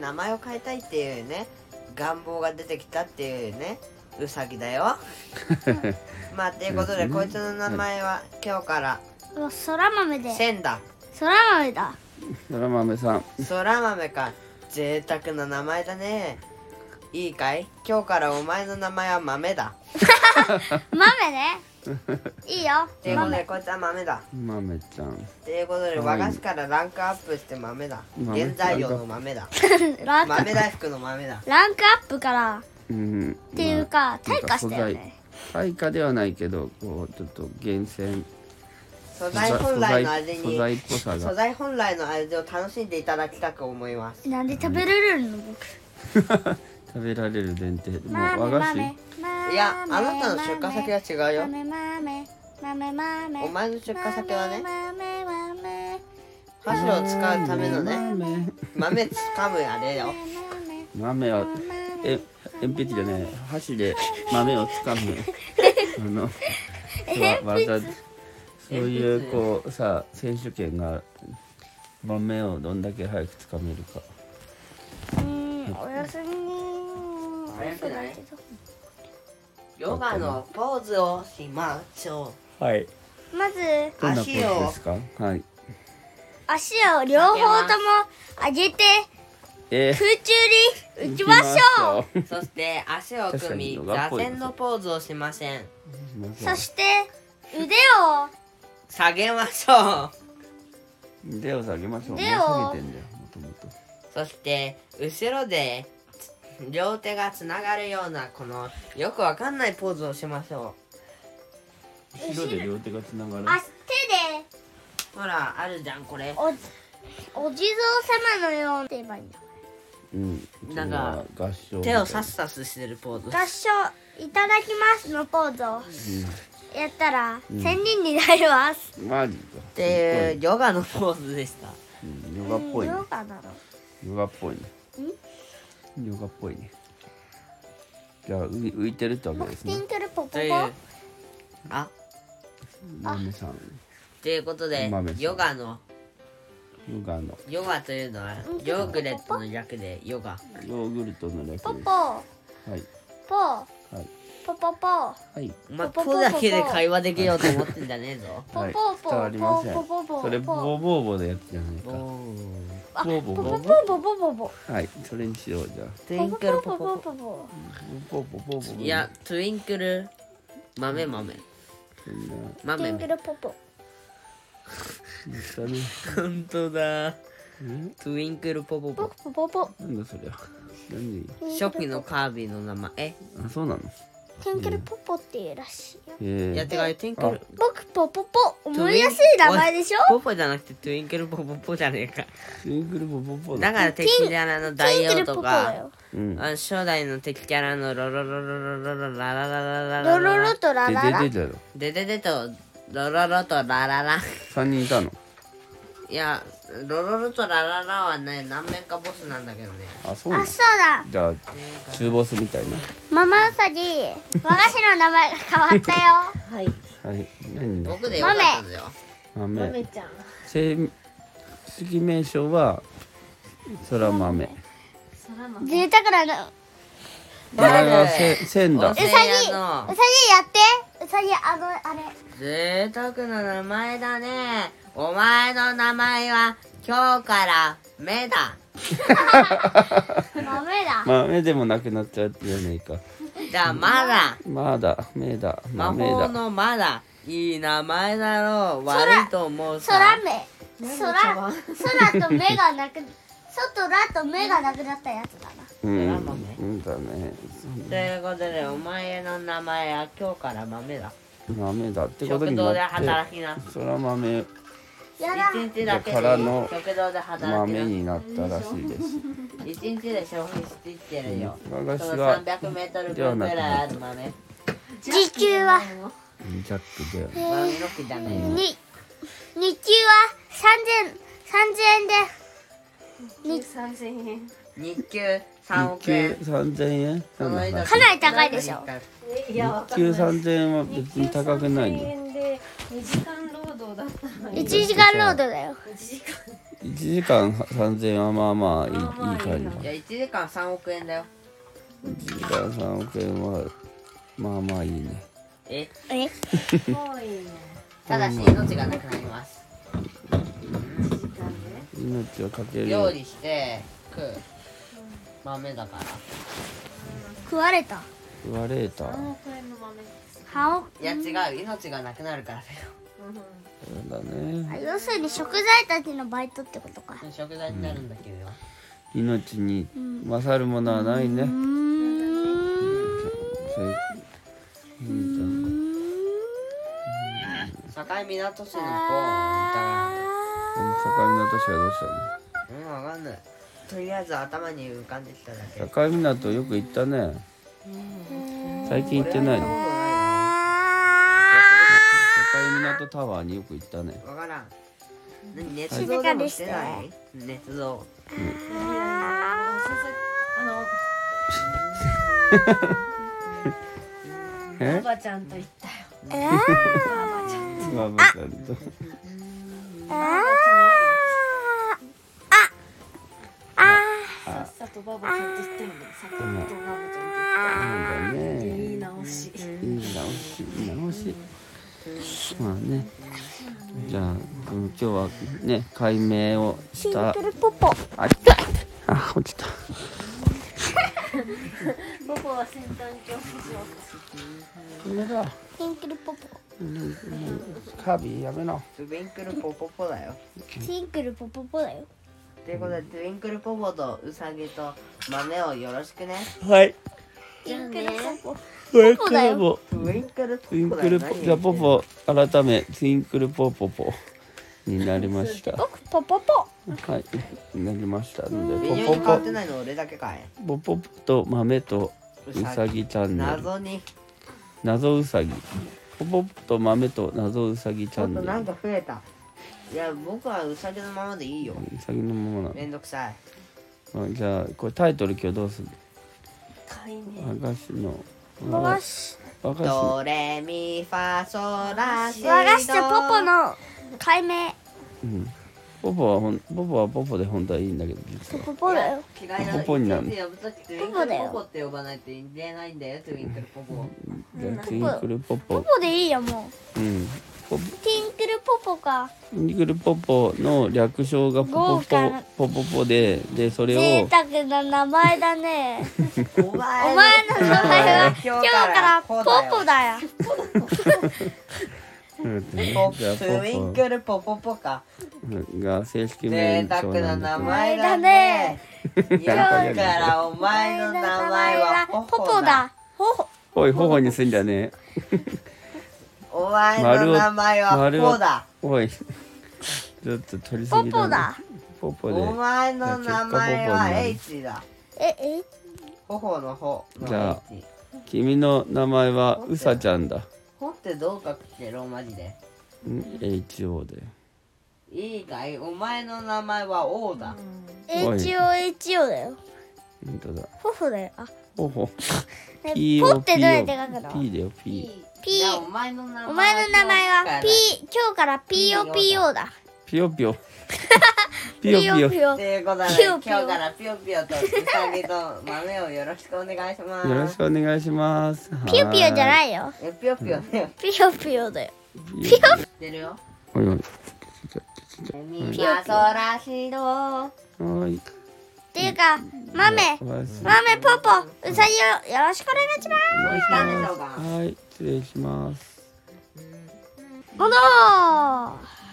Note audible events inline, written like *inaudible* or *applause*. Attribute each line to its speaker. Speaker 1: 名前を変えたいっていうね願望が出てきたっていうねうさぎだよ *laughs* まあということでこいつの名前は今日から
Speaker 2: おそら豆で
Speaker 1: 千だ
Speaker 2: そら豆
Speaker 1: *laughs*
Speaker 2: だ
Speaker 3: そら豆さん
Speaker 1: そら豆か贅沢な名前だねいいかい今日からお前の名前は豆だ
Speaker 2: 豆
Speaker 1: *laughs*
Speaker 2: ねいいよ *laughs*
Speaker 1: ということでこいつは豆だ
Speaker 3: 豆ちゃん
Speaker 1: ということで
Speaker 3: か
Speaker 1: 和
Speaker 3: わいい
Speaker 1: 菓子からランクアップして豆だ
Speaker 3: 豆
Speaker 1: 原材料の豆 *laughs* だ
Speaker 2: ランク
Speaker 1: 豆大福の豆だ
Speaker 2: ランクアップから
Speaker 3: うんっ
Speaker 2: っていうか退化したよね
Speaker 3: 対価ではないけどこうちょっと厳選
Speaker 1: 素材本来の味
Speaker 3: 素
Speaker 1: に
Speaker 3: 材っぽさ
Speaker 1: 素
Speaker 3: が
Speaker 1: 材本来の味を楽しんでいただきたく思います
Speaker 2: なんで食べれるの僕
Speaker 3: *laughs* 食べられる前提もう
Speaker 2: 豆
Speaker 3: 和菓子
Speaker 2: 豆豆
Speaker 1: いやあなたの出荷先が違うよ
Speaker 2: 豆豆豆豆
Speaker 1: お前の出荷先はね
Speaker 2: 豆豆豆
Speaker 1: 箸を使うためのね
Speaker 3: 豆
Speaker 1: 豆つかむあれよ
Speaker 2: 豆
Speaker 3: 豆をえ鉛筆じゃない箸で豆をつ
Speaker 2: *laughs*
Speaker 3: かむあのわ技そういうこうさ選手権がある豆をどんだけ早くつかめるか
Speaker 2: うんおやすみ
Speaker 1: 早くないヨガのポーズをしましょ
Speaker 3: はい
Speaker 2: まず
Speaker 3: どんなポーズですかはい
Speaker 2: 足を両方とも上げて
Speaker 3: え
Speaker 2: 空中に打ちましょう
Speaker 3: う
Speaker 1: うそして足を組み
Speaker 3: 確かに
Speaker 1: 座禅のポーズをしません
Speaker 2: そして腕を
Speaker 1: 下げましょう
Speaker 3: 腕を下げましょう
Speaker 2: 腕
Speaker 3: もう
Speaker 2: を
Speaker 3: 下げてんだよもともと
Speaker 1: そして後ろでつ両手がつながるようなこのよくわかんないポーズをしましょ
Speaker 3: 後ろで両手がつながる
Speaker 2: あ手で
Speaker 1: うほらあるじゃんこれ
Speaker 2: おお地蔵様のように言えばいいんだ
Speaker 3: うん
Speaker 1: なんか
Speaker 3: それは合唱みた
Speaker 1: 手
Speaker 3: いな
Speaker 1: をさすさすしてるポーズ
Speaker 2: 合唱いただきますのポーズをやったら千人になります、
Speaker 3: マジか
Speaker 1: っていうヨガのポーズでした
Speaker 3: うんヨガっぽいね
Speaker 2: ヨガだろ
Speaker 3: ヨガっぽいね。ヨガっぽいね。じゃあ浮い浮いてるってわけです
Speaker 2: ティ
Speaker 3: ね
Speaker 2: ン。クルポポポ
Speaker 1: というあ
Speaker 3: 豆さん、
Speaker 1: ということで
Speaker 3: 豆さん
Speaker 1: ヨガの
Speaker 3: ヨガの
Speaker 1: ヨガというのはヨーグレットの略でヨガ
Speaker 3: ヨーグルトの略です。
Speaker 2: ポポ
Speaker 3: はい
Speaker 2: ポ
Speaker 3: はい
Speaker 2: ポポポ
Speaker 3: はい。
Speaker 1: お前ポだけで会話できようと思ってんじゃねえぞ
Speaker 2: ポ
Speaker 3: はい
Speaker 2: ポポ
Speaker 3: 伝わりません
Speaker 2: ポポポポ
Speaker 3: それボーボーボーのやつじゃない *laughs*
Speaker 1: お
Speaker 3: か。
Speaker 1: ー
Speaker 2: あ
Speaker 3: ボーボ
Speaker 2: ポ
Speaker 3: ー
Speaker 2: ポポ
Speaker 3: ボーボ
Speaker 2: ポポポポ
Speaker 3: ー。はい、それにしようじゃあ。
Speaker 1: トゥインクル
Speaker 2: ポポ
Speaker 1: ポ
Speaker 2: ポ
Speaker 1: ポ
Speaker 2: ポポ
Speaker 1: ポ
Speaker 2: ポ
Speaker 3: ボーボーボーボーボー。
Speaker 1: いやトゥインクル豆豆
Speaker 3: そん
Speaker 2: テ
Speaker 3: な。
Speaker 2: ィ
Speaker 1: 豆
Speaker 2: ンク
Speaker 1: 豆
Speaker 2: ルポポ
Speaker 3: 言ったね。
Speaker 1: 本当だ
Speaker 3: ん
Speaker 1: トゥインクルポポ
Speaker 2: ポ
Speaker 1: ポ
Speaker 2: ポポポ
Speaker 3: なんだそりゃ。何？
Speaker 1: 初期のカービィの名前え
Speaker 3: あ、そうなの。
Speaker 2: ティンクルポポっていうらしいよ
Speaker 3: え
Speaker 1: や
Speaker 3: え
Speaker 1: ってかいトゥインクル
Speaker 2: 僕ポポポ思いやすい名前でしょ
Speaker 1: ポポじゃなくてトゥインクルポポポじゃねえか
Speaker 3: ー。イングルボーボーボーだ。
Speaker 1: だから敵キャラの
Speaker 2: テ
Speaker 1: 大
Speaker 2: ィンク
Speaker 1: 王
Speaker 2: ルポ
Speaker 1: と
Speaker 2: ポ
Speaker 1: か
Speaker 2: だよ
Speaker 3: うん。
Speaker 1: あの初代の敵キャラのロロロロロロロララララララ
Speaker 2: ロロロとラ
Speaker 3: で
Speaker 2: ララ
Speaker 3: 出てたよ。
Speaker 1: デデデとロロロとラララ
Speaker 3: 三人いたの。
Speaker 1: いやロロロとラララはね何面かボスなんだけどね
Speaker 3: あ、そうなの
Speaker 2: あ。そうだ
Speaker 3: じゃあ中ボスみたいな。
Speaker 2: ママウサギ和菓子の名前が変わったよ *laughs*
Speaker 1: はい
Speaker 3: はい。何だ。
Speaker 1: 僕でよかったんだよ
Speaker 3: 豆。
Speaker 2: ちゃん
Speaker 3: 正式名称は空豆。
Speaker 2: 贅沢なの
Speaker 3: 名前はせ千
Speaker 1: お
Speaker 3: だ
Speaker 1: せ。や
Speaker 2: ウサ
Speaker 1: の
Speaker 2: ギやってウサギあのあれ
Speaker 1: 贅沢な名前だねお前の名前は今日から目だ
Speaker 2: ダメだ
Speaker 3: 豆でもなくなっちゃうって言わないか。
Speaker 1: じゃあまだ
Speaker 3: まだ目だ
Speaker 1: 魔
Speaker 3: 豆
Speaker 1: 法
Speaker 3: だ。
Speaker 1: のまだいい名前だろう悪いと思うさ
Speaker 2: 空目 *laughs* 空空と目がなく空と目がなくなったやつだな
Speaker 3: うん。
Speaker 1: 空豆
Speaker 3: うんだね。
Speaker 1: ということでお前の名前は今日から豆だ
Speaker 3: 豆だってこと
Speaker 1: 食
Speaker 3: に
Speaker 1: 堂で
Speaker 3: なっ
Speaker 1: 働
Speaker 3: て。
Speaker 1: きな
Speaker 3: 空豆
Speaker 2: やだ
Speaker 1: 一日だけで
Speaker 3: だからの
Speaker 1: 食堂で働
Speaker 3: 豆
Speaker 1: きな
Speaker 3: になったらしいです。
Speaker 1: 一日で消費していってるよ
Speaker 3: 和
Speaker 1: そ
Speaker 3: 菓子
Speaker 1: の
Speaker 3: は
Speaker 1: 300メートル分ぐらいある豆
Speaker 2: 時給は
Speaker 3: ジャックだよ。
Speaker 1: 豆の木じゃねえよ
Speaker 2: に日給は3000 3000円で
Speaker 1: 日給3億円
Speaker 3: 日給三千円。
Speaker 1: その間
Speaker 2: かなり高いでしょ
Speaker 3: 日給三千円は別に高くないよ。
Speaker 4: 円で2時間労働だったのに
Speaker 2: 1時間労働だよ
Speaker 4: 1時間
Speaker 3: 1時間3000円はまあまあいい,、いい感じ
Speaker 1: じゃあ1時間3億円だよ
Speaker 3: 1時間3億円はまあまあいいね
Speaker 1: え
Speaker 2: え
Speaker 4: すごいね。
Speaker 1: ただし命がなくなります
Speaker 4: 時間ね。
Speaker 3: 命をかける
Speaker 1: 料理して食う豆だから
Speaker 2: 食われた
Speaker 3: 言われた
Speaker 4: 何億円の豆。
Speaker 2: 歯を
Speaker 1: いや違う命がなくなるからだよ
Speaker 4: う
Speaker 3: そうだね
Speaker 2: 要するに食材たちのバイトってことか
Speaker 1: 食材になるんだけどよ、
Speaker 3: 命に勝るものはないね、
Speaker 2: うーん
Speaker 3: そういう兄ちゃん
Speaker 1: 境港市の子だか
Speaker 3: この境港市はどうした
Speaker 1: らうんわかんないとりあえず頭に浮かんできただけ
Speaker 3: の境港よく行ったね最近行ってないの境港タワーによく行ったね
Speaker 1: わからん何熱造でもしてない熱造
Speaker 4: ん。先生、あの、お
Speaker 3: え
Speaker 4: ばちゃんと行ったよ。
Speaker 2: え
Speaker 4: おばちゃん。
Speaker 3: ママさんと
Speaker 4: さっさとばばちゃんと行ったよね。さっさとばば
Speaker 3: な
Speaker 4: ち
Speaker 3: んだ
Speaker 4: ゃんと行った。いい
Speaker 3: ね
Speaker 4: 直し。
Speaker 3: いい直しいい直しまあねじゃあうん今日はね解明をした
Speaker 2: ポポ
Speaker 3: あいたあ落ちた
Speaker 4: ぼぼは先端教室を。
Speaker 3: これだ
Speaker 2: ピンクルポポ
Speaker 3: カービィやめな
Speaker 1: トゥインクルポポポだよ
Speaker 2: ピンクルポポポだよ
Speaker 1: ということでトゥインクルポポとウサギと豆をよろしくね
Speaker 3: はい
Speaker 2: ピンクルポポ
Speaker 3: これ
Speaker 2: から
Speaker 3: も
Speaker 1: トゥインクルポ
Speaker 3: ツイン
Speaker 1: ポだ
Speaker 3: ク
Speaker 1: よ
Speaker 3: ルポじゃあポポ改めツインクルポポポになりましたは
Speaker 2: 僕ポポポ
Speaker 3: いなりましたの
Speaker 1: 微
Speaker 3: で
Speaker 1: 妙に
Speaker 3: ポ
Speaker 1: 変わ
Speaker 3: ポ
Speaker 1: ってないの俺だけかい
Speaker 3: ポポポポと豆とうさぎチャンネル
Speaker 1: 謎に
Speaker 3: 謎うさぎポポポと豆と謎うさぎチ
Speaker 1: ちょ
Speaker 3: ャ
Speaker 1: っ
Speaker 3: ンネ
Speaker 1: と
Speaker 3: ル
Speaker 1: なんか増えたいや僕はウサギのままでいいよ
Speaker 3: うさぎのままな
Speaker 1: めんどくさい
Speaker 3: のじゃあこれタイトル今日どうする
Speaker 4: かいね。
Speaker 3: 和菓子の
Speaker 2: 和菓子
Speaker 3: 和菓子
Speaker 1: ドレミファソラシド
Speaker 2: 和菓子とポポの解明
Speaker 3: うんポポはほんポポはポポで本当はいいんだけど実は
Speaker 2: ポポだよ
Speaker 1: 嫌いな
Speaker 3: ポポになる
Speaker 1: いちいち呼ぶときトゥインクルポポって呼ばないと言えないんだよトゥインクルポポ
Speaker 3: じゃあツインクルポポ
Speaker 2: ポポでいいよも
Speaker 3: うんポポ
Speaker 2: うティンクルポポか
Speaker 3: ニクルポポの略称がポポ
Speaker 2: 豪華な
Speaker 3: ポポポポででそれ
Speaker 2: 贅
Speaker 3: を
Speaker 2: 沢な名前だね
Speaker 1: お
Speaker 2: お
Speaker 1: 前
Speaker 2: 前の名前は今日からポポだよ
Speaker 3: うんじゃ
Speaker 1: ポ
Speaker 3: あ
Speaker 1: ップイン
Speaker 3: ポ
Speaker 1: クルポポポか
Speaker 3: ポが正式名
Speaker 1: 贅沢
Speaker 3: 称な
Speaker 1: なん名
Speaker 3: だ
Speaker 1: 前だね今日
Speaker 3: だね
Speaker 1: からお前の名前はポ
Speaker 2: ポ
Speaker 1: ポ
Speaker 2: ポ
Speaker 1: だ
Speaker 2: だほほ
Speaker 3: おい頬にすんじゃね
Speaker 1: お前の名前は
Speaker 3: 丸を
Speaker 1: ポだ
Speaker 3: えおいちょっと取りす
Speaker 2: ポ
Speaker 3: ぎ
Speaker 2: ポ
Speaker 3: だ
Speaker 2: だ
Speaker 3: ポポで
Speaker 1: お前の名前は H だ
Speaker 2: ええ
Speaker 1: 頬の頬
Speaker 3: じゃあ
Speaker 1: の H
Speaker 3: 君の名前はウサちゃんだ
Speaker 1: ほってどう書くってローマ字で
Speaker 3: うん HO で
Speaker 1: いいかいお前の名前は王だ、
Speaker 3: おい
Speaker 2: HOHO だよ
Speaker 3: 本当だ
Speaker 2: ポポだよあ
Speaker 3: ほほ
Speaker 2: ね
Speaker 3: P
Speaker 2: ポ
Speaker 3: O
Speaker 2: ってど
Speaker 3: P
Speaker 2: うやっ
Speaker 3: O
Speaker 2: て書くの
Speaker 3: P だよ P
Speaker 2: ピー
Speaker 1: じゃあお前の名前
Speaker 2: お前の名前はピー今日から POPO だ
Speaker 3: ピヨピヨピヨピヨよ
Speaker 1: ーということで
Speaker 2: ピヨピヨ
Speaker 1: 今日からピヨピヨとウサギと豆をよろしくお願いします
Speaker 3: ろしくお願いします
Speaker 2: ピヨピヨじゃ
Speaker 3: い
Speaker 2: ないよ
Speaker 1: えピヨピヨね
Speaker 2: ピヨピヨだよ
Speaker 3: ピ
Speaker 1: 知
Speaker 3: ヨ
Speaker 1: ってるよ
Speaker 3: おいおい
Speaker 1: みんなそらしど
Speaker 3: はい。
Speaker 2: っていうか豆
Speaker 3: おやすみ
Speaker 2: 豆ポポウサギをよろしくお願いします
Speaker 1: どうしたんでしょうか
Speaker 3: はい、失礼します。
Speaker 2: 戻ー